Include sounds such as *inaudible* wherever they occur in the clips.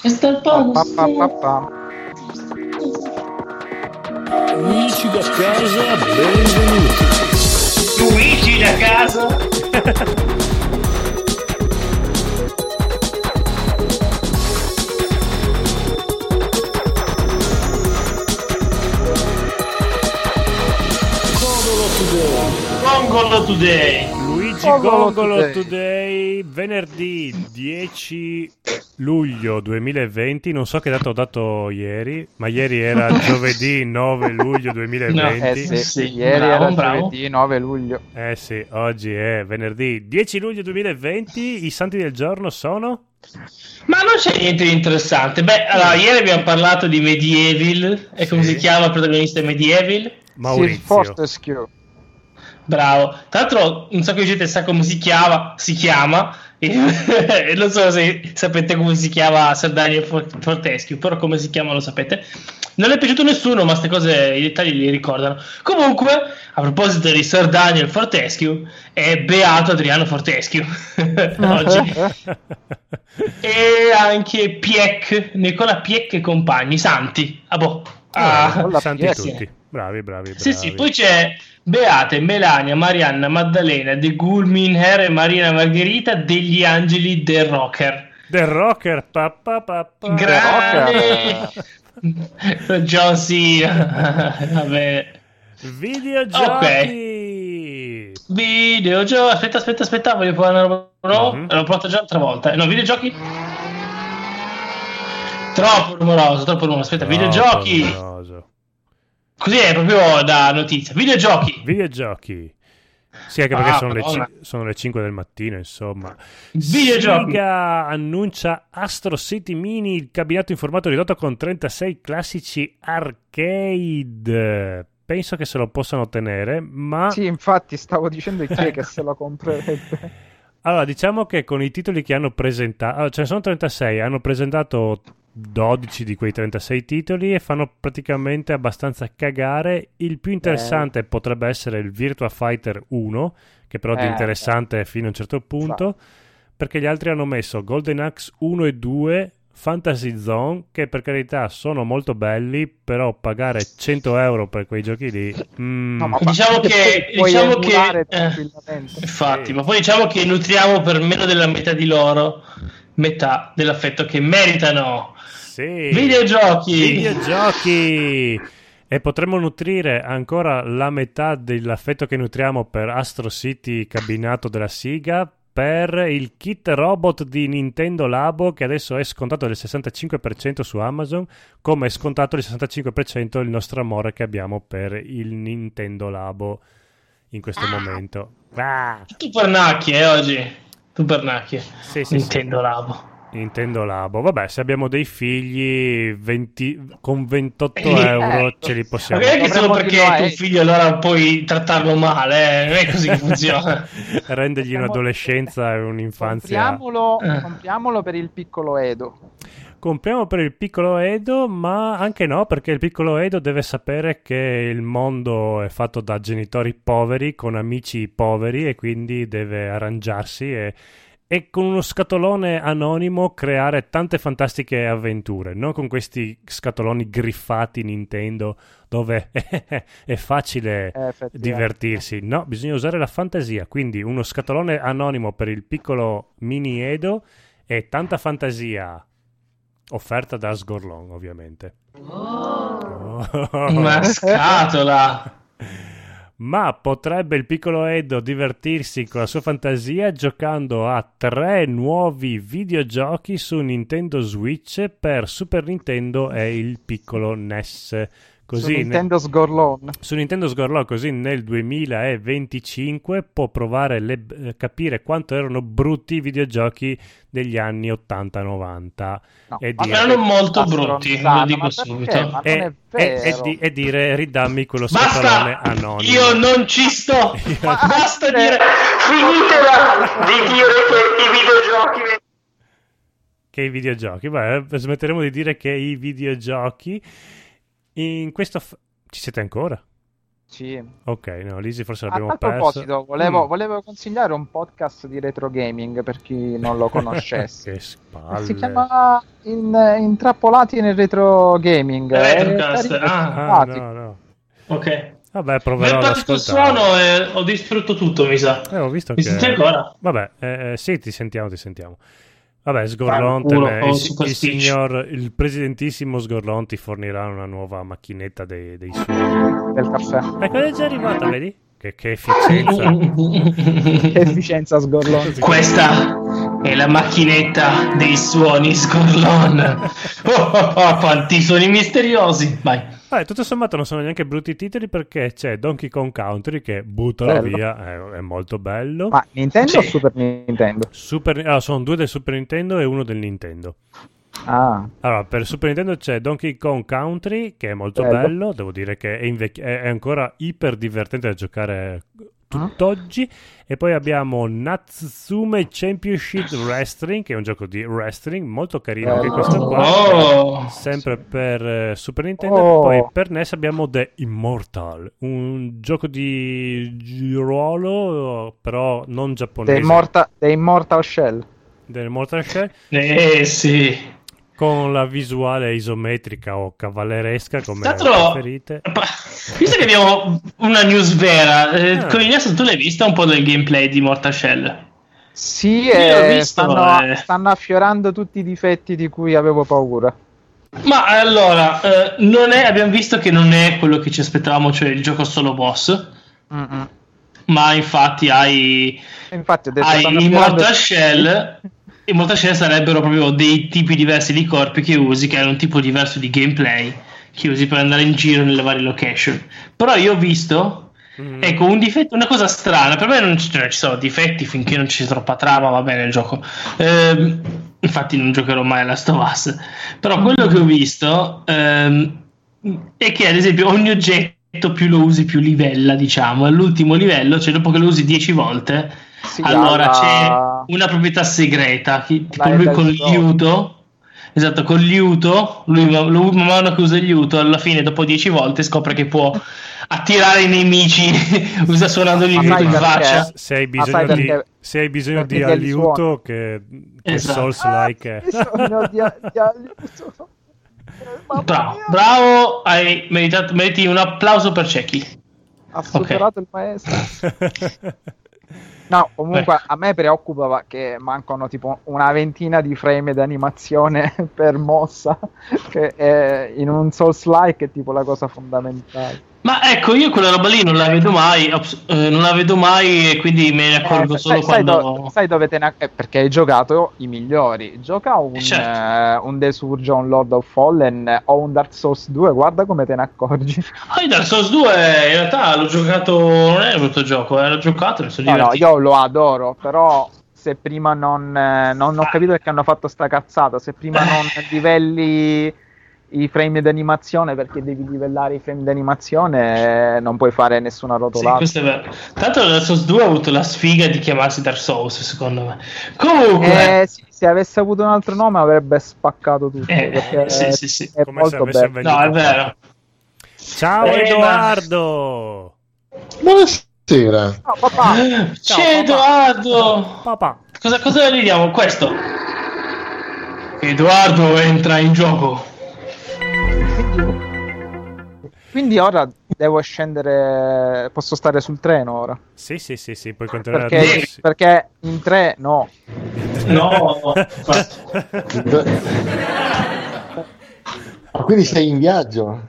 Questo è il Pa, bonus. pa, pa, pa. Luigi da casa, benvenuti. Luigi da casa. Gongolo Today. Luigi Gongolo Gongolo Today. Today, venerdì 10 luglio 2020. Non so che dato ho dato ieri, ma ieri era *laughs* giovedì 9 luglio 2020. Eh sì, Sì, ieri bravo, era bravo. giovedì 9 luglio. Eh sì, oggi è venerdì 10 luglio 2020. I santi del giorno sono? Ma non c'è niente di interessante. Beh, allora, ieri abbiamo parlato di Medieval. E come Sì. si chiama il protagonista di Medieval? Sir Maurizio. *laughs* Fortescue. Bravo. Tra l'altro, non so che gente sa come si chiama. Si chiama. *laughs* E non so se sapete come si chiama Sardagna Fort- Fortescue, però come si chiama lo sapete. Non è piaciuto a nessuno, ma queste cose i dettagli li ricordano. Comunque, a proposito di Sir Daniel Fortescue, è beato Adriano Fortescue *laughs* oggi. E anche Pieck, Nicola Pieck e compagni, santi. Ah, boh. Ah. Eh, Con la santi PS. tutti. Bravi, bravi, bravi. Sì, sì, poi c'è Beate, Melania, Marianna, Maddalena, De Gulminher e Marina Margherita degli Angeli del Rocker. The Rocker. Pa, pa, pa, pa. Grande! Rocker. *laughs* John Cena. Vabbè. Videogiochi. Videogiochi. Aspetta, aspetta, aspetta, voglio provare una roba. No, Mhm. l'ho provato già l'altra volta. No, videogiochi. Troppo rumoroso, troppo rumoroso. Aspetta, No, videogiochi. pauroso. Così è proprio da notizia. Videogiochi. Videogiochi. Sì, anche perché Ah, sono, le Madonna. cin- sono le 5 del mattino, insomma. Videogiochi. Sega annuncia Astro City Mini, il cabinato in formato ridotto con 36 classici arcade. Penso che se lo possano tenere, Ah. ma... Sì, infatti stavo dicendo chi *laughs* è che se lo comprerebbe. Allora, diciamo che con i titoli che hanno presentato, ce ne sono 36, hanno presentato 12 di quei 36 titoli e fanno praticamente abbastanza cagare. Il più interessante potrebbe essere il Virtua Fighter 1, che però di Eh, interessante è fino a un certo punto, perché gli altri hanno messo Golden Axe 1 e 2, Fantasy Zone, che per carità sono molto belli, però pagare 100 euro per quei giochi lì... mm, No, ma Diciamo guarda che- puoi diciamo emulare che- eh. tranquillamente. Infatti, Sì. ma poi diciamo che nutriamo per meno della metà di loro metà dell'affetto che meritano. sì. Videogiochi! videogiochi e potremmo nutrire ancora la metà dell'affetto che nutriamo per Astro City cabinato della Siga per il kit robot di Nintendo Labo che adesso è scontato del 65% su Amazon come è scontato del 65% il nostro amore che abbiamo per il Nintendo Labo in questo momento Ah, Tu pernacchie eh, oggi. Tu pernacchie. sì, sì, sì. Nintendo Labo. Nintendo Labo. Vabbè, se abbiamo dei figli, 20 con 28 Eh, euro ce li possiamo. Ma non è che Dovremmo solo perché è continuare. tuo figlio allora puoi trattarlo male, eh, non è così che *laughs* funziona. Rendergli un'adolescenza e un'infanzia. Compriamolo, Eh. compriamolo per il piccolo Edo. Compriamo per il piccolo Edo, ma anche no, perché il piccolo Edo deve sapere che il mondo è fatto da genitori poveri con amici poveri e quindi deve arrangiarsi e, e con uno scatolone anonimo creare tante fantastiche avventure, non con questi scatoloni griffati Nintendo dove *laughs* è facile Eh, effettivamente. divertirsi. No, bisogna usare la fantasia. Quindi uno scatolone anonimo per il piccolo mini Edo e tanta fantasia. Offerta da Sgorlon, ovviamente. Oh. *laughs* Una scatola. Ma potrebbe il piccolo Edo divertirsi con la sua fantasia giocando a tre nuovi videogiochi su Nintendo Switch per Super Nintendo e il piccolo NES. Su Così ne- Nintendo Sgorlone. su Nintendo Sgorlò così nel 2025 può provare le, eh, capire quanto erano brutti i videogiochi degli anni 80-90 No, e ma dire- erano molto Una brutti, stronzata, lo dico ma perché? subito. Ma non e, è e- e vero. eh, di- e dire ridammi quello scatolone Basta! anonimo. Io non ci sto! *laughs* Ma- Basta dire... Finitela di dire che i videogiochi Che i videogiochi, beh, eh, smetteremo di dire che i videogiochi in questo... f- Ci siete ancora? Sì. Ok, no, l'Easy forse A l'abbiamo tal perso. proposito, volevo, Mm. volevo consigliare un podcast di retro gaming per chi *laughs* non *laughs* lo conoscesse. che spalle. Si chiama In- Intrappolati nel retro gaming. Retrocast, È carino, Eh, ah. Ah, simpatico. no, no. Ok. Vabbè, Nel proverò ad partito ascoltare. suono eh, ho distrutto tutto, mi sa. Eh, ho visto Mi che... senti ancora? Vabbè, eh, eh, sì, ti sentiamo, ti sentiamo. Vabbè, Sgorlonte, Fanculo, beh, oh, il, super il speech. signor, il presidentissimo Sgorlonti fornirà una nuova macchinetta dei, dei suoni. del *laughs* caffè. Ecco, è già arrivata, vedi? Che, che Ah, efficienza. Efficienza sgorlone. Questa è la macchinetta dei suoni scorlon. *laughs* Oh, oh, oh, quanti suoni misteriosi. Vai. Vabbè, tutto sommato non sono neanche brutti titoli perché c'è Donkey Kong Country che buttalo Bello. via, eh, è molto bello. Ma Nintendo o Sì. Super Nintendo? Super, ah, sono due del Super Nintendo e uno del Nintendo. Ah, Allora, per Super Nintendo c'è Donkey Kong Country, che è molto bello, Bello. devo dire che è, invec- è- è ancora iper divertente da giocare tutt'oggi. E poi abbiamo Natsume Championship Wrestling, che è un gioco di wrestling molto carino anche Bello. questo qua. Oh. Sempre per eh, Super Nintendo, Oh. poi per NES abbiamo The Immortal, un gioco di gi- ruolo però non The giapponese, Immortal, The Immortal Shell. dell'Immortal Shell, Eh sì. con la visuale isometrica o cavalleresca come Tra l'altro- preferite. Pa- Visto che abbiamo una news vera, eh, Ah. Conigliasso, tu l'hai vista un po' del gameplay di Mortal Shell? Sì, Io l'ho eh, visto, stanno, eh. stanno affiorando tutti i difetti di cui avevo paura. Ma allora, eh, non è- abbiamo visto che non è quello che ci aspettavamo, cioè il gioco solo boss, Mm-mm. ma infatti hai, E Infatti ho detto, hai stanno in affiorando- Mortal Ah, *laughs* Shell. In Mortal Shell sarebbero proprio dei tipi diversi di corpi che usi, che hanno un tipo diverso di gameplay che usi per andare in giro nelle varie location. Però io ho visto Mm. Ecco, un difetto, una cosa strana, per me non ci, cioè, ci sono difetti finché non ci sia troppa trama, va bene il gioco. Ehm, infatti non giocherò mai alla Stovas. Però quello che ho visto ehm, è che ad esempio ogni oggetto più lo usi più livella, diciamo, all'ultimo livello, cioè dopo che lo usi 10 volte, Sì, allora alla- c'è una proprietà segreta, che, tipo Alla lui Elder con Scrolls. liuto. Esatto, con liuto, lui man lui man mano che usa il liuto, alla fine dopo 10 volte scopre che può attirare i nemici *laughs* usa suonando il liuto Ma sai in perché? faccia. se hai Ma bisogno sai di, perché- se hai bisogno di perché ti aiuto che, che Esatto. Souls-like è. Ah, bisogno di, di aiuto. Eh, mamma Bravo, mia, bravo, hai meritato, meriti un applauso per Cecchi. Ha superato il maestro. No, comunque Beh. a me preoccupava che mancano tipo una ventina di frame d'animazione *laughs* per mossa, *laughs* che è in un Souls like è tipo la cosa fondamentale. Ma ecco, io quella roba lì non la vedo mai, abs- eh, non la vedo mai e quindi me ne accorgo Eh, solo sai- sai, quando... do- sai dove te ne acc- eh, perché hai giocato i migliori. Gioca un, Eh, certo. eh, un The Surgeon, Lord of Fallen eh, o un Dark Souls 2, guarda come te ne accorgi. Ah, io Dark Souls 2 in realtà l'ho giocato, non è un brutto gioco, eh, l'ho giocato e mi sono No, no, divertito. io lo adoro, però se prima non, eh, non ho capito perché hanno fatto sta cazzata, se prima non *laughs* livelli i frame d'animazione perché devi livellare i frame d'animazione eh, non puoi fare nessuna Sì, rotolata. questo è vero. Tanto Dark Souls 2 ha avuto la sfiga di chiamarsi Dark Souls, secondo me. Comunque... Eh, sì, se avesse avuto un altro nome avrebbe spaccato tutto. Eh, perché sì, sì, sì. È Come se molto avesse bello. avve- No, è vero. *laughs* Ciao Eh, ma- Edoardo! Buonasera. No, papà, Ciao, C'è papà. Edoardo! Papà! Cosa, cosa gli diamo? Questo. Edoardo entra in gioco. quindi ora devo scendere, posso stare sul treno ora. Sì, sì, sì, sì, puoi continuare a Perché, dire sì. perché in tre no. No. Ah, Quindi sei in viaggio?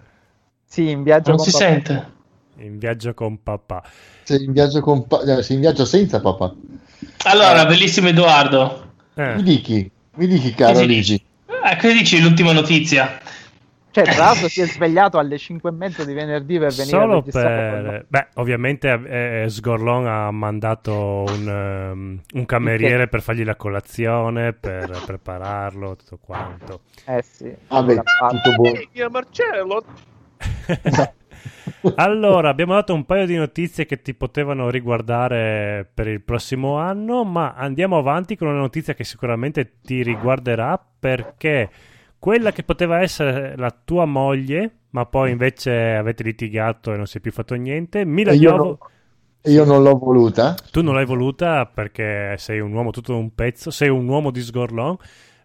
Sì, in viaggio Non con si papà. sente. *laughs* In viaggio con papà. Sei in viaggio, con pa- eh, sei in viaggio senza papà? Allora, bellissimo Edoardo. Mi Eh, dichi, mi dichi caro Cosa Luigi. Ah, che dici l'ultima notizia? Cioè, tra l'altro si è svegliato alle 5 e mezzo di venerdì per venire a solo registrare con noi. per... Beh, ovviamente eh, eh, Sgorlon ha mandato un, ehm, un cameriere per fargli la colazione, per prepararlo, tutto quanto. Eh sì. Vabbè, Allora, Ah, tutto buono. Marcello, *laughs* Allora, abbiamo dato un paio di notizie che ti potevano riguardare per il prossimo anno, ma andiamo avanti con una notizia che sicuramente ti riguarderà perché quella che poteva essere la tua moglie ma poi invece avete litigato e non si è più fatto niente. E Mila io, Jovo- non- io non l'ho voluta. tu non l'hai voluta perché sei un uomo tutto un pezzo, sei un uomo di sgorlon.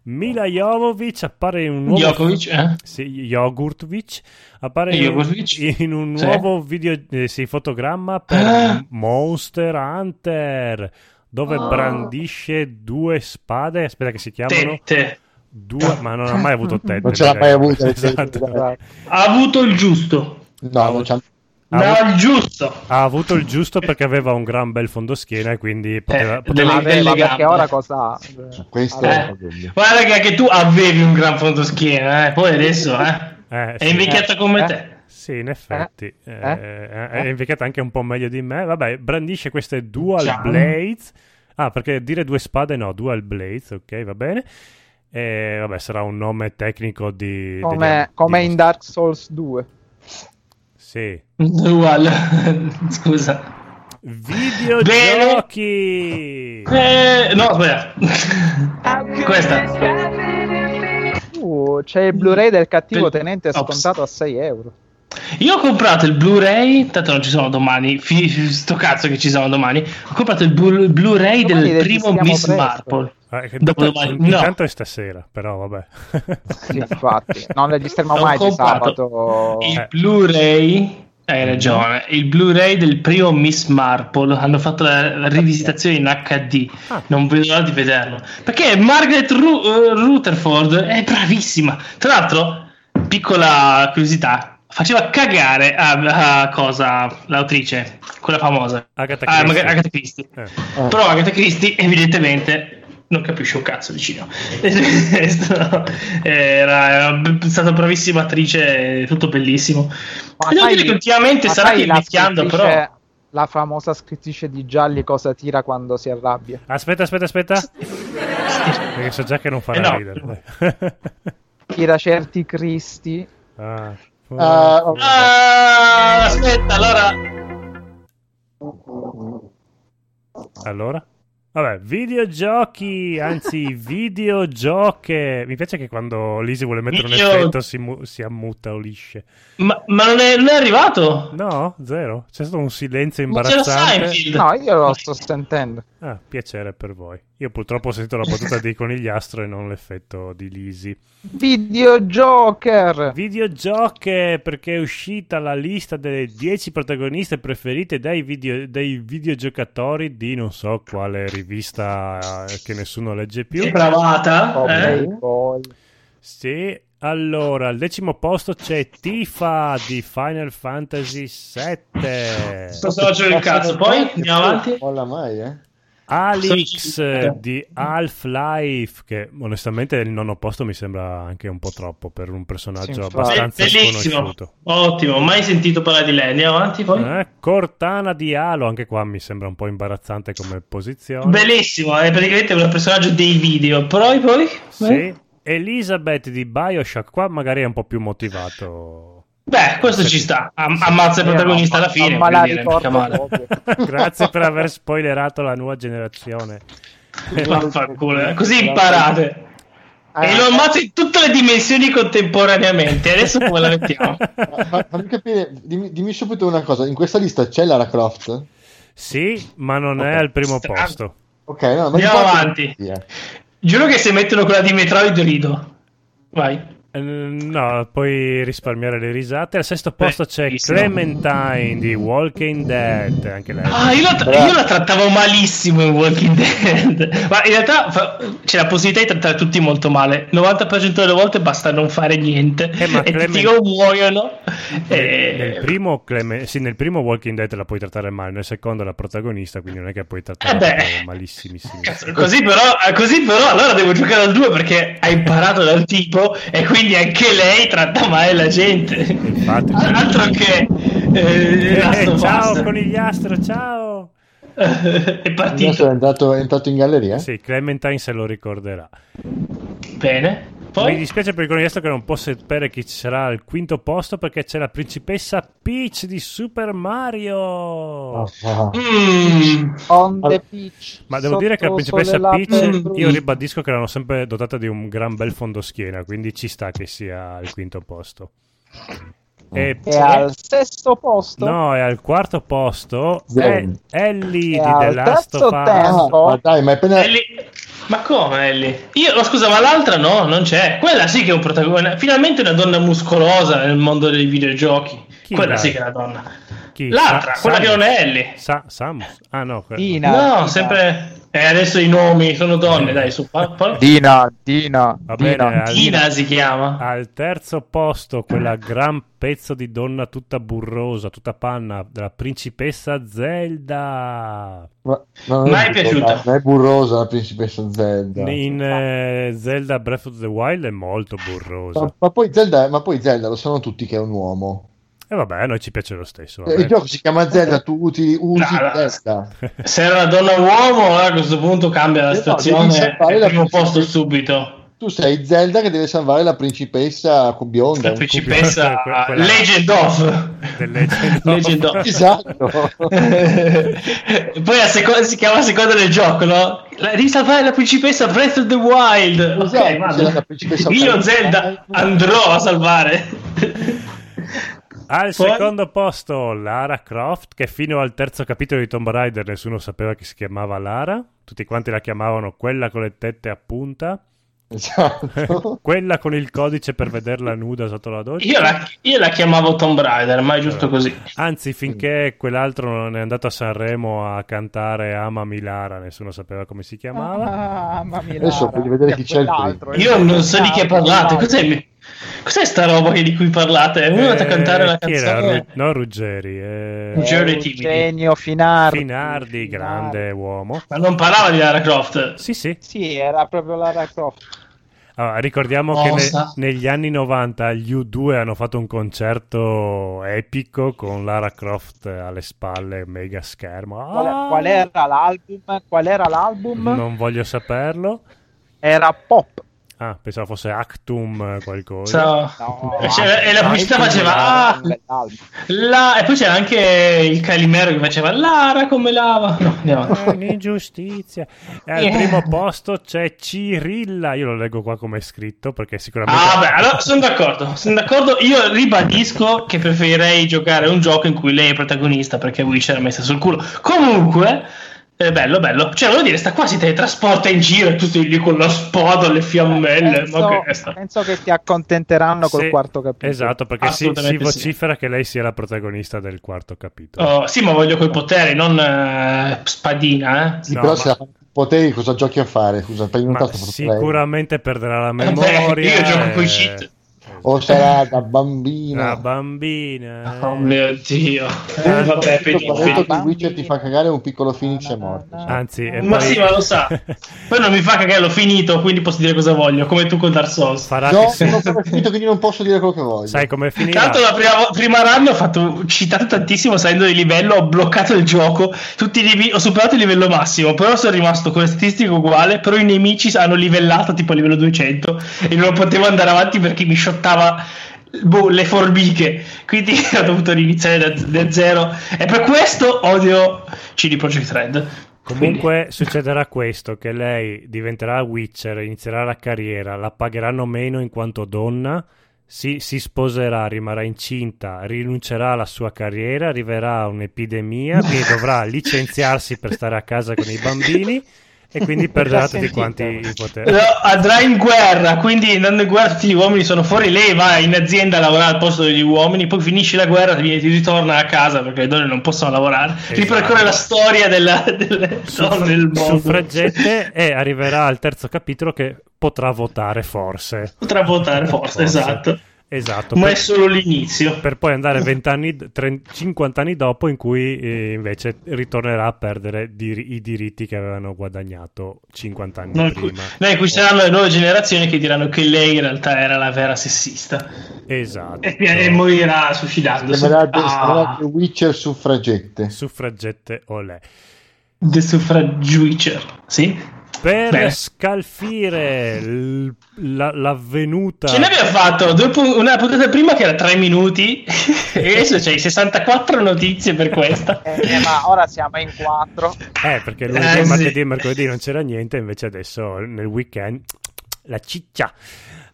Mila Jovovic appare in un nuovo Djokovic, eh? Sì, Yogurtwitch appare in, Yogurtwitch? in un Sì. nuovo video, eh, sì, fotogramma per Ah. Monster Hunter dove Oh. brandisce due spade, aspetta che si chiamano Tette. due, ma non ha mai avuto tette. Non ce l'ha direi. mai *laughs* avuta, le tette, Esatto. dai. Ha avuto il giusto. No, non c'ha- Ha No, avuto- il giusto. Ha avuto il giusto perché aveva un gran bel fondoschiena e quindi poteva, Eh, poteva- delle- Aveva, gambe. perché ora cosa ha? questo Eh. è un dubbio. Guarda che anche tu avevi un gran fondoschiena, eh. Poi adesso, eh. eh, È sì. invecchiata come Eh. te. Sì, in effetti. Eh, Eh? eh, È invecchiata anche un po' meglio di me. Vabbè, brandisce queste dual Ciao. blades. Ah, perché dire due spade no, dual blades, ok, va bene. E vabbè, sarà un nome tecnico di... Come, degli- come di- in Dark Souls 2. Sì. Uguale. Scusa. Videogiochi! Eh, no, aspetta. Questa. Uh, c'è il Blu-ray del cattivo Del- tenente Ops. scontato a 6 euro. Io ho comprato il Blu-ray, tanto non ci sono domani, fi- fi- sto cazzo che ci sono domani. Ho comprato il Blu- Blu-ray Domani del primo registriamo Miss presto. Marple. Eh, che Dopo intanto- domani- in- no. Intanto è stasera, però vabbè. *laughs* Sì, infatti, non *laughs* registriamo Ho mai di comprato sabato. Il Blu-ray, hai ragione, il Blu-ray del primo Miss Marple, hanno fatto la la rivisitazione in HD, Ah. non vedo l'ora di vederlo. Perché Margaret Ru- eh, Rutherford è bravissima. Tra l'altro, piccola curiosità, faceva cagare a, a cosa l'autrice, quella famosa. Agatha Ah, Christie. magari Agatha Christie. Eh. Ah. Però Agatha Christie evidentemente non capisce un cazzo di cinema. Eh. *laughs* Era, era b- stata bravissima attrice, tutto bellissimo. Ma Devo sai- dire che ultimamente ma sarà sai che la invecchiando, però... *laughs* scrittrice- La famosa scrittrice di Gialli cosa tira quando si arrabbia. Aspetta, aspetta, aspetta. Perché so già che non farà Eh, no. ridere. *laughs* Tira certi cristi. Eh, Ah. Ah, ok. Ah, aspetta, allora... Allora? Vabbè, videogiochi, anzi videogioche. Mi piace che quando Lisi vuole mettere Video- un effetto si, mu- si ammuta o lisce. Ma, ma non, è, non è arrivato? No, zero. C'è stato un silenzio Non c'era imbarazzante. Seinfeld. No, io *laughs* lo sto sentendo. Ah, piacere per voi. Io purtroppo ho sentito la battuta di conigliastro e non l'effetto di Lisi. Eh? Videogioker! Videogioche perché è uscita la lista delle 10 protagoniste preferite dai, video- dai videogiocatori di non so quale rivista eh, che nessuno legge più. Che bravata. Oh, eh? Playboy. Sì, allora al decimo posto c'è Tifa di Final Fantasy Sto 7, socio il cazzo. Poi andiamo avanti. Non la mai, eh. Alix di Half-Life, che onestamente il nono posto mi sembra anche un po' troppo per un Sì, personaggio infatti. abbastanza Bellissimo. Ah, sconosciuto. Ottimo, mai sentito parlare di lei. Andiamo avanti poi. Eh, Cortana di Halo, anche qua mi sembra un po' imbarazzante come posizione. Bellissimo, è praticamente un personaggio dei video. Però poi. Sì. Elizabeth di Bioshock, qua magari è un po' più motivato. Beh, questo ci sta. Am- ammazza il protagonista alla fine. Ma voglio la dire, mica male. ricordo proprio. *laughs* Grazie per aver spoilerato la nuova generazione. *laughs* *laughs* Vaffanculo, eh, Così imparate. E Eh, lo ammazza in tutte le dimensioni contemporaneamente. Adesso come la mettiamo? Ma- ma- fammi capire, dimmi, dimmi subito una cosa. In questa lista c'è Lara Croft? *laughs* Sì, ma non è Ok. al primo Strano. posto. Ok, no, ma Andiamo ricordo- avanti. Sì, eh. Giuro che se mettono quella di Metroid rido. Vai. Eh, No, puoi risparmiare le risate. Al sesto posto c'è Bellissimo. Clementine di Walking Dead, anche lei. Ah, io la, tra- io la trattavo malissimo in Walking Dead. *laughs* Ma in realtà fa- c'è la possibilità di trattare tutti molto male. 90% delle volte basta non fare niente. Eh, ma *laughs* e Clement- tutti o muoiono. Eh, Nel, e- nel primo Clem- sì, nel primo Walking Dead la puoi trattare male, nel secondo è la protagonista, quindi non è che puoi Eh trattare beh. proprio malissimissimo. Cazzo, Così però, eh, così però allora devo giocare al 2 perché ha imparato dal tipo e quindi anche lei tratta male la gente. Infatti. Al- Altro che... eh, Last Eh, of ciao Us. conigliastro, ciao! è Adesso partito. è entrato, è entrato in Eh? galleria? Sì, Clementine se lo ricorderà. Bene. Mi Poi... dispiace per il conigliastro che non posso sapere chi ci sarà al quinto posto perché c'è la principessa Peach di Super Mario. Ah, ah. Mm. On Allora- the pitch. Ma devo dire che sotto la principessa sole Peach, Mm. labbra- io ribadisco che l'hanno sempre dotata di un gran bel fondoschiena, quindi ci sta che sia al quinto posto. E È al sesto posto. No, è al quarto posto. È Zero. Ellie È di The al Last terzo of Us. tempo. Ah, ma dai, ma è appena... Ellie- Ma come Ellie? Io, ma scusa, ma l'altra no, non c'è. Quella sì che è un protagonista. Finalmente una donna muscolosa nel mondo dei videogiochi. Chi quella la- sì che è una donna. Chi? L'altra, Sa- quella che Samus. non è Ellie. Sa- Samus. Ah, no. que- Dina. no, Dina. sempre. Eh, adesso i nomi sono donne, dai, su. pa- pa- Dina, Dina, Va Dina. bene, al- Dina si chiama. Al terzo posto, quella gran pezzo di donna tutta burrosa, tutta panna, della principessa Zelda. Ma, ma non Mai piaciuta. Ma è burrosa la principessa Zelda. In eh, Zelda Breath of the Wild è molto burrosa. Ma, ma poi Zelda, ma poi Zelda lo sanno tutti che è un uomo. E vabbè, a noi ci piace lo stesso. Eh, Il vabbè. gioco si chiama Zelda, tu usi, usi Brava. Zelda. Se era una donna uomo, allora a questo punto cambia la Eh no, stazione. devi salvare al la primo principessa. posto subito. Tu sei Zelda che deve salvare la principessa con bionda. La principessa que- quella- Legend of. The Legend of. Legend of. *laughs* Esatto. *laughs* Poi a seconda, si chiama a seconda del gioco, no? La, devi salvare la principessa Breath of the Wild. Esatto, Ok, c'era vado. la principessa Io Breath- Zelda andrò a salvare. Al Poi- Ah, secondo posto Lara Croft, che fino al terzo capitolo di Tomb Raider nessuno sapeva che si chiamava Lara, tutti quanti la chiamavano quella con le tette a punta, esatto. quella con il codice per vederla nuda sotto la doccia. Io la, io la chiamavo Tomb Raider, ma è giusto così. Mm. Anzi, finché quell'altro non è andato a Sanremo a cantare Amami Lara, nessuno sapeva come si chiamava. Ah, mamma mia, Adesso Lara. voglio vedere chi c'è il Quell'altro, primo. Io non so di che parlate. Ah, Cos'è, il- cos'è sta roba che- di cui parlate? Uno è andato a Eh, cantare la chi era? canzone. Ru- no, Ruggeri. eh, Ruggeri. Jerry Timidi. Eugenio Finardi. Finardi, grande uomo. Ma non parlava di Lara Croft. Sì, sì. Sì, era proprio Lara Croft. Allora, ricordiamo che ne- Cosa? negli anni 90 gli U2 hanno fatto un concerto epico con Lara Croft alle spalle, mega schermo. Qual, Ah! qual era l'album? Qual era l'album? Non voglio saperlo. Era Pop. Ah, pensavo fosse Actum eh, qualcosa. Ciao. No, E c'era- Cioè, e la dai, pubblicità sì, faceva, era "Ah!" un bell'album. La- E poi c'era anche il Calimero che faceva Lara come lava. No, andiamo avanti. *laughs* Ah, Un'ingiustizia. E al Yeah. primo posto c'è Cirilla. Io lo leggo qua come è scritto perché sicuramente. Ah, beh, allora sono d'accordo. Sono d'accordo. Io ribadisco che preferirei giocare un gioco in cui lei è protagonista perché Witcher è messa sul culo. Comunque, è bello, bello. Cioè, voglio dire, sta quasi teletrasporta in giro e tutti lì con la spada, le fiammelle. penso, ma che sta- penso che ti accontenteranno col Sì, quarto capitolo. Esatto, perché si, si Assolutamente Ah, sì. vocifera che lei sia la protagonista del quarto capitolo. Oh, sì, ma voglio coi poteri, non eh, spadina, eh. Sì, No, però ma- se la potevi cosa giochi a fare? Scusa, prendi un Ma tasto per sicuramente perderà la Vabbè, memoria. Eh, io gioco e- coi cheat. lei. O sarà da La bambina. bambina. eh. Oh mio dio. Eh, vabbè, Tutto finito. momento che Bambina. Witcher ti fa cagare un piccolo Phoenix è morto. sai. Anzi, e Ma poi sì, ma lo *laughs* sa. Poi non mi fa cagare, l'ho finito, quindi posso dire cosa voglio, come tu con Dark Souls. farà No, che sì. non ho ancora finito, quindi non posso dire quello che voglio. Sai come finirà? Tanto la prima, prima run ho fatto citato tantissimo salendo di livello, ho bloccato il gioco, tutti i live- ho superato il livello massimo, però sono rimasto con le statistiche uguale, però i nemici hanno livellato tipo a livello 200 e non potevo andare avanti perché mi shottava boh, le formiche, quindi *laughs* ho dovuto riniziare da, da zero e per questo odio CD Projekt Red. Comunque succederà questo, che lei diventerà Witcher, inizierà la carriera, la pagheranno meno in quanto donna, si, si sposerà, rimarrà incinta, rinuncerà alla sua carriera, arriverà a un'epidemia, *laughs* quindi dovrà licenziarsi per stare a casa con i bambini e quindi perderà L'ho tutti sentito. quanti i poteri. No, andrà in guerra, quindi andando in guerra tutti gli uomini sono fuori, lei va in azienda a lavorare al posto degli uomini, poi finisce la guerra, viene- ritorna a casa perché le donne non possono lavorare, ripercorre la storia della- delle donne del mondo. Suffragette e arriverà al terzo capitolo che potrà votare forse. *laughs* Potrà votare forse, Forse. esatto. Esatto. Ma è per- solo l'inizio. per poi andare 20 anni, 30 50 anni dopo in cui eh, invece ritornerà a perdere dir- i diritti che avevano guadagnato 50 anni Noi qui, prima. noi qui saranno le nuove generazioni che diranno che lei in realtà era la vera sessista Esatto. e, e morirà suicidandosi. Sembra Ah, The Witcher suffragette. Suffragette olè. The Suffrage Witcher, sì? Per Bene. scalfire l- la- Esatto. l'avvenuta... Ce l'abbiamo fatto due pu- una puntata prima che era 3 minuti *laughs* e adesso c'hai 64 notizie per questa. Eh, eh, ma ora siamo in quattro. Eh, perché lunedì, Eh, sì. martedì e mercoledì non c'era niente, invece adesso nel weekend la ciccia.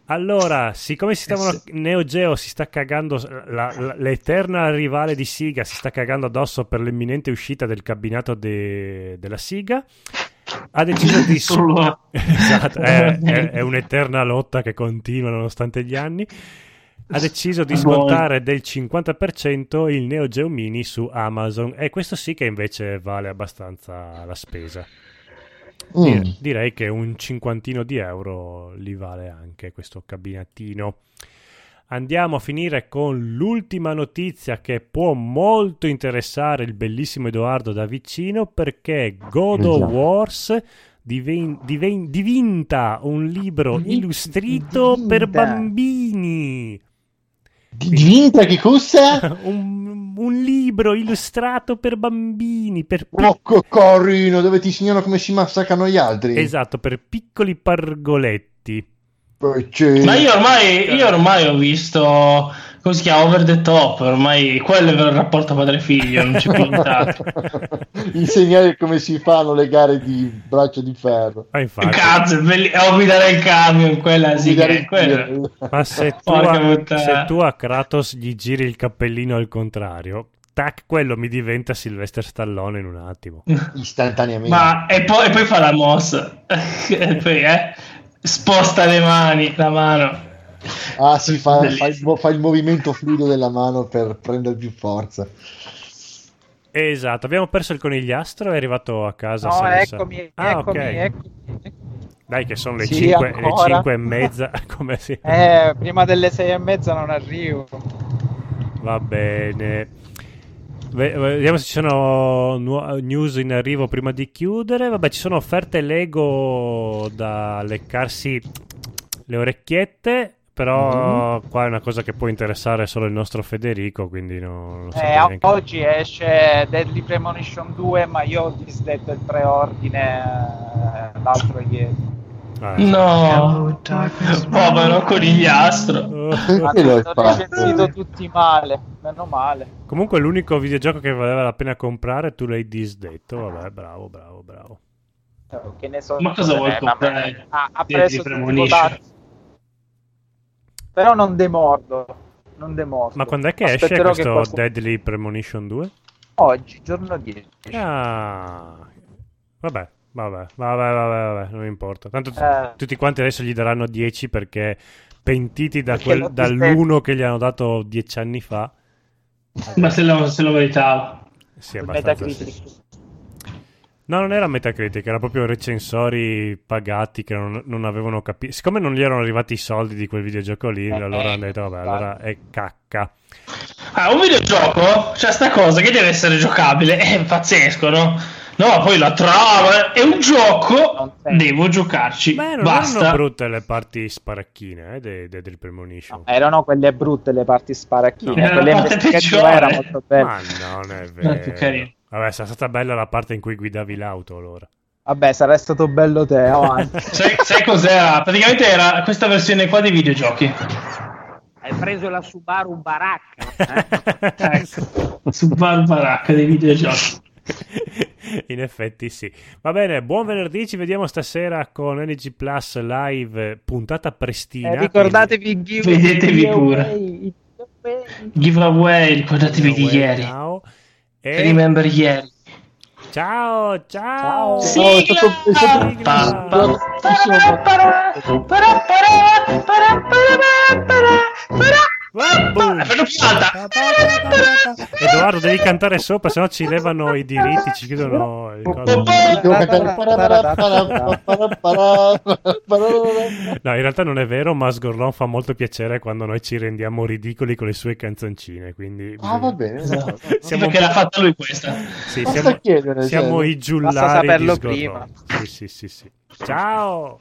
Allora, siccome si stavano, Eh sì. Neo Geo si sta cagando, la- la- l'eterna rivale di Siga si sta cagando addosso per l'imminente uscita del cabinato de- della Siga, ha deciso *laughs* di... su- Solo- *laughs* *laughs* Esatto, è, è- è un'eterna lotta che continua nonostante gli anni. Ha deciso di Boy. scontare del 50% il Neo Geo Mini su Amazon e questo sì che invece vale abbastanza la spesa. Mm. Dire- Direi che un cinquantino di euro li vale anche questo cabinatino. Andiamo a finire con l'ultima notizia che può molto interessare il bellissimo Edoardo da vicino perché God of Vediamo. Wars diven- diven- diventa un libro Di- illustrito diventa. per bambini. Diventa che cosa? Un, un libro illustrato per bambini, per piccoli. Oh, co- corino, dove ti insegnano come si massacrano gli altri. Esatto, per piccoli pargoletti. Perché- Ma io ormai, io ormai ho visto, come si chiama, Over the Top, ormai quello è il rapporto padre-figlio, non ci più *laughs* nient'altro. Insegnare come si fanno le gare di braccio di ferro. Ah, infatti. Cazzo, è belli- oh, guidare il camion, quella sì che è quella. Ma se tu, Porca a, puttana. se tu a Kratos gli giri il cappellino al contrario, tac, quello mi diventa Sylvester Stallone in un attimo. Istantaneamente. Ma e poi, e poi fa la mossa, *laughs* e poi eh, sposta le mani, la mano. Ah, si fa, fa il, Bellissimo. mo- fa il movimento fluido della mano per prendere più forza. Esatto, abbiamo perso il conigliastro, è arrivato a casa. No, senza- eccomi, Ah, eccomi, ok. eccomi, eccomi. Dai che sono le, Sì, 5, ancora. *laughs* e mezza, *laughs* come si... Eh, prima delle sei e mezza non arrivo. Va bene. Ve- Vediamo se ci sono nu- news in arrivo prima di chiudere. Vabbè, ci sono offerte Lego da leccarsi le orecchiette. Però qua è una cosa che può interessare solo il nostro Federico, quindi non lo so Eh, neanche. oggi esce Deadly Premonition 2, ma io ho disdetto il preordine eh, l'altro ieri. Eh. No, povero conigliastro. Eh. Perché lo hai Hanno fatto? recensito tutti male, meno male. Comunque l'unico videogioco che valeva la pena comprare tu l'hai disdetto. Vabbè, bravo, bravo, bravo. Cioè, Che ne so. Ma cosa vuoi Eh, comprare? Ha, ha Deadly preso tutti i Premonition. votati. Però non demordo. Non demordo. Ma quando è che esce Aspetterò questo qualcuno- Deadly Premonition 2? Oggi, giorno 10. Ah, vabbè, vabbè, vabbè, vabbè, vabbè, non importa. Tanto t- Eh. tutti quanti adesso gli daranno 10 perché pentiti da Perché quel- l'ho disdetto. dall'uno che gli hanno dato 10 anni fa. Ma se lo, se lo meritava. Sì, sul abbastanza. sì. Metacritic. No, non era Metacritic, era proprio recensori pagati che non, non avevano capito. Siccome non gli erano arrivati i soldi di quel videogioco lì, Eh, allora hanno detto, vabbè, infatti. allora è cacca. Ah, un videogioco? C'è sta cosa che deve essere giocabile, è pazzesco, no? No, poi la trama, è un gioco, Non c'è. devo giocarci, Beh, non erano basta. brutte le parti sparacchine eh, de- de- del Premonition. No, erano quelle brutte le parti sparacchine, No, erano quelle la parte investigative era peggiore. molto bella. Ma non è No, che vero. carino. Vabbè, sarà stata bella la parte in cui guidavi l'auto allora. Vabbè, sarebbe stato *laughs* bello te, avanti. Sai, sai cos'era? Praticamente era questa versione qua dei videogiochi. Eh, Hai preso la Subaru Baracca. Eh. eh? *laughs* Ecco, su Barbaracca dei videogiochi. In effetti sì. Va bene, buon venerdì, ci vediamo stasera con NG Plus Live eh, puntata prestina. Eh, ricordatevi Give- Vedetevi Give pure. Away, Give Away. Giveaway, ricordatevi quindi, di ieri. Ciao. E... E Remember ieri. ciao, ciao. Sì. No, è stato, è stato Sigla! bellissimo. Vabbù. per l'occhiata. Edoardo devi cantare sopra, sennò ci levano i diritti, ci chiudono il coso. Devo cantare. No, in realtà non è vero, ma a Sgorlon fa molto piacere quando noi ci rendiamo ridicoli con le sue canzoncine, quindi... Ah, va bene. Esatto. Siamo- Perché l'ha fatta lui questa. Sì, Basta siamo, chiedere, siamo cioè. i giullari Basta saperlo di Sgorlon. Sì, sì, sì, sì. Ciao!